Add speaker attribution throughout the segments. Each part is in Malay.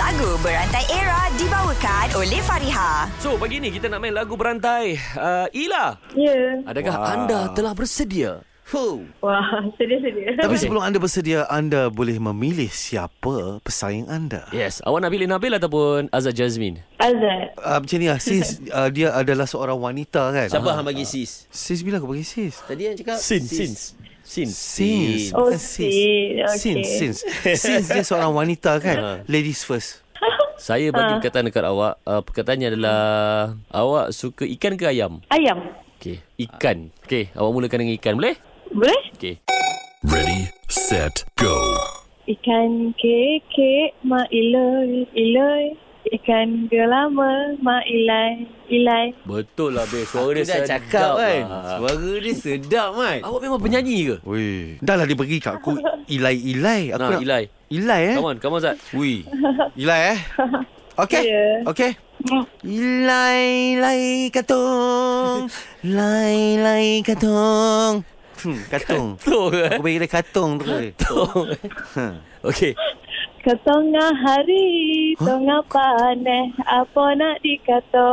Speaker 1: Lagu Berantai Era dibawakan oleh Fariha.
Speaker 2: So pagi ni kita nak main lagu berantai uh, Ila
Speaker 3: Ya.
Speaker 2: Adakah
Speaker 4: Wah.
Speaker 2: anda telah bersedia? Huh.
Speaker 3: Wah, sedia-sedia.
Speaker 4: Tapi
Speaker 2: Okey.
Speaker 4: sebelum anda bersedia, anda boleh memilih siapa pesaing anda.
Speaker 2: Yes Awak nak pilih Nabil ataupun Azad Jazmin?
Speaker 3: Azad.
Speaker 4: Uh, macam ni lah, sis uh, dia adalah seorang wanita kan?
Speaker 5: Siapa hang bagi sis?
Speaker 4: Sis bila aku bagi sis?
Speaker 5: Tadi yang
Speaker 2: Ah.
Speaker 5: cakap
Speaker 2: Sin Sin Sin
Speaker 4: Sis.
Speaker 3: Oh,
Speaker 4: bukan
Speaker 3: sis. Okey.
Speaker 4: Sis, sis. Sis dia seorang wanita kan? Ladies first.
Speaker 2: Saya bagi perkataan dekat awak uh, Perkataannya adalah Awak suka ikan ke ayam?
Speaker 3: Ayam.
Speaker 2: Okay Ikan Okay Awak mulakan dengan ikan boleh?
Speaker 3: Boleh?
Speaker 2: Okay
Speaker 6: Ready, set, go.
Speaker 3: Ikan kekek ma iloi iloi. Ikan gelama ma ilai ilai.
Speaker 2: Betul lah Bel Suara
Speaker 5: Dia
Speaker 2: dia
Speaker 5: dah
Speaker 2: sedap
Speaker 5: cakap kan
Speaker 2: lah.
Speaker 5: Suara dia sedap kan
Speaker 2: Awak memang penyanyi ke?
Speaker 4: Weh. Dah lah dia bagi kat aku ilai-ilai. Aku
Speaker 2: Nah,
Speaker 4: nak-
Speaker 2: Ilai
Speaker 4: Ilai eh?
Speaker 2: Come on Come on Zat
Speaker 4: Wih. Ilai eh? Okay.
Speaker 3: Ya.
Speaker 4: Okay. Ilai lai katong. Lai lai katong. Hmm, katung.
Speaker 2: Betul kan?
Speaker 4: Aku bagi dia katung terus.
Speaker 2: Okay
Speaker 3: Ketengah hari, tengah paneh, apa nak dikata?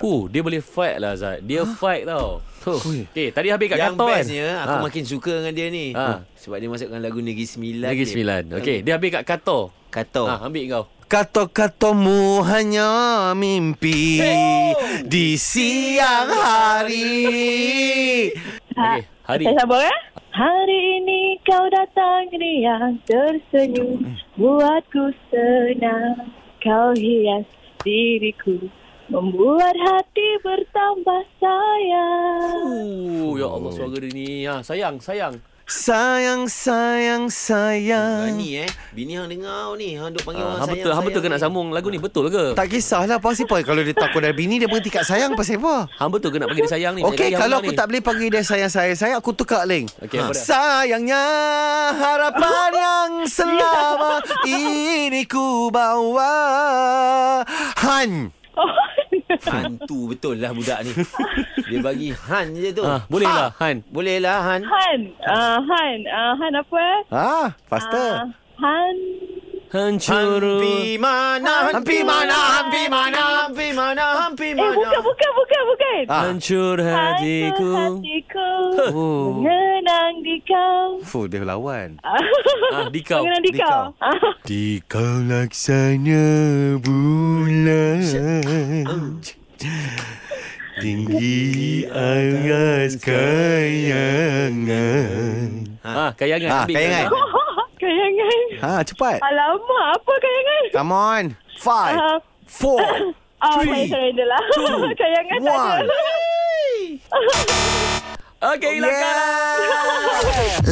Speaker 2: Uh, dia boleh fight lah Zat. Dia fight tau. Huh.
Speaker 4: Ui.
Speaker 2: Okay, tadi habis kat
Speaker 5: Yang
Speaker 2: kantor kan?
Speaker 5: bestnya Aku
Speaker 2: Ha.
Speaker 5: makin suka dengan dia ni
Speaker 2: Ha.
Speaker 5: Sebab dia masukkan lagu Negeri Sembilan
Speaker 2: Lagi
Speaker 5: ni.
Speaker 2: sembilan. Okay, dia habis kat kantor.
Speaker 5: Kato
Speaker 2: Ha, ambil kau.
Speaker 4: Kata-katamu hanya mimpi di siang hari.
Speaker 2: Okay, hari.
Speaker 3: Saya sabar eh? Hari ini kau datang riang tersenyum Buatku senang Kau hias diriku Membuat hati bertambah sayang
Speaker 2: Uh, ya
Speaker 5: Oh.
Speaker 2: Allah suara dia ni. Ha, sayang, sayang.
Speaker 4: Sayang, sayang, sayang.
Speaker 5: Berani eh Bini hang dengar ni Hang duk panggil
Speaker 2: Ha,
Speaker 5: orang
Speaker 2: Ah. hang
Speaker 5: sayang
Speaker 2: betul, hang betul ke nak sambung lagu ni? Betul ke?
Speaker 4: Tak kisahlah pasal apa. Kalau dia takut dari bini, dia berhenti kat sayang pasal apa?
Speaker 2: Hang betul ke nak panggil dia sayang ni?
Speaker 4: Okey,
Speaker 2: Lagi
Speaker 4: kalau
Speaker 2: hang
Speaker 4: aku
Speaker 2: ni.
Speaker 4: tak boleh panggil dia sayang-sayang-sayang, aku tukar link.
Speaker 2: Okey, apa dia?
Speaker 4: Sayangnya harapan yang selama ini ku bawa. Han.
Speaker 5: Hantu betul lah budak ni Dia bagi Han je tu
Speaker 2: Ha, boleh lah, Han.
Speaker 5: Boleh lah Han
Speaker 3: Han, uh, Han, uh, Han apa eh?
Speaker 4: Ah, faster.
Speaker 3: Ah, Han,
Speaker 2: Hancur.
Speaker 5: Hampi mana
Speaker 4: Hampi mana,
Speaker 5: Hampi mana Hampi mana Hampi
Speaker 3: eh
Speaker 5: mana
Speaker 3: bukan, bukan, bukan, bukan
Speaker 4: Ah.
Speaker 2: Hancur hatiku.
Speaker 3: Hancur hatiku
Speaker 4: Oh.
Speaker 3: Mengenang di kau
Speaker 4: Fuh, dia lawan.
Speaker 2: Ah, di kau.
Speaker 3: Mengenang di
Speaker 4: di
Speaker 3: kau
Speaker 4: Di kau laksana bulan Tinggi aras kayangan
Speaker 2: Ha, kayangan.
Speaker 4: Ah,
Speaker 2: ambil
Speaker 4: kayangan.
Speaker 3: Kayangan
Speaker 4: Ha, cepat
Speaker 3: Alamak, apa kayangan?
Speaker 4: Come on Five
Speaker 3: Ah.
Speaker 4: Four
Speaker 3: Ah, saya
Speaker 4: Three,
Speaker 3: surrender lah. Kayangan tak ada.
Speaker 4: One
Speaker 2: Okay, hilangkan. lah.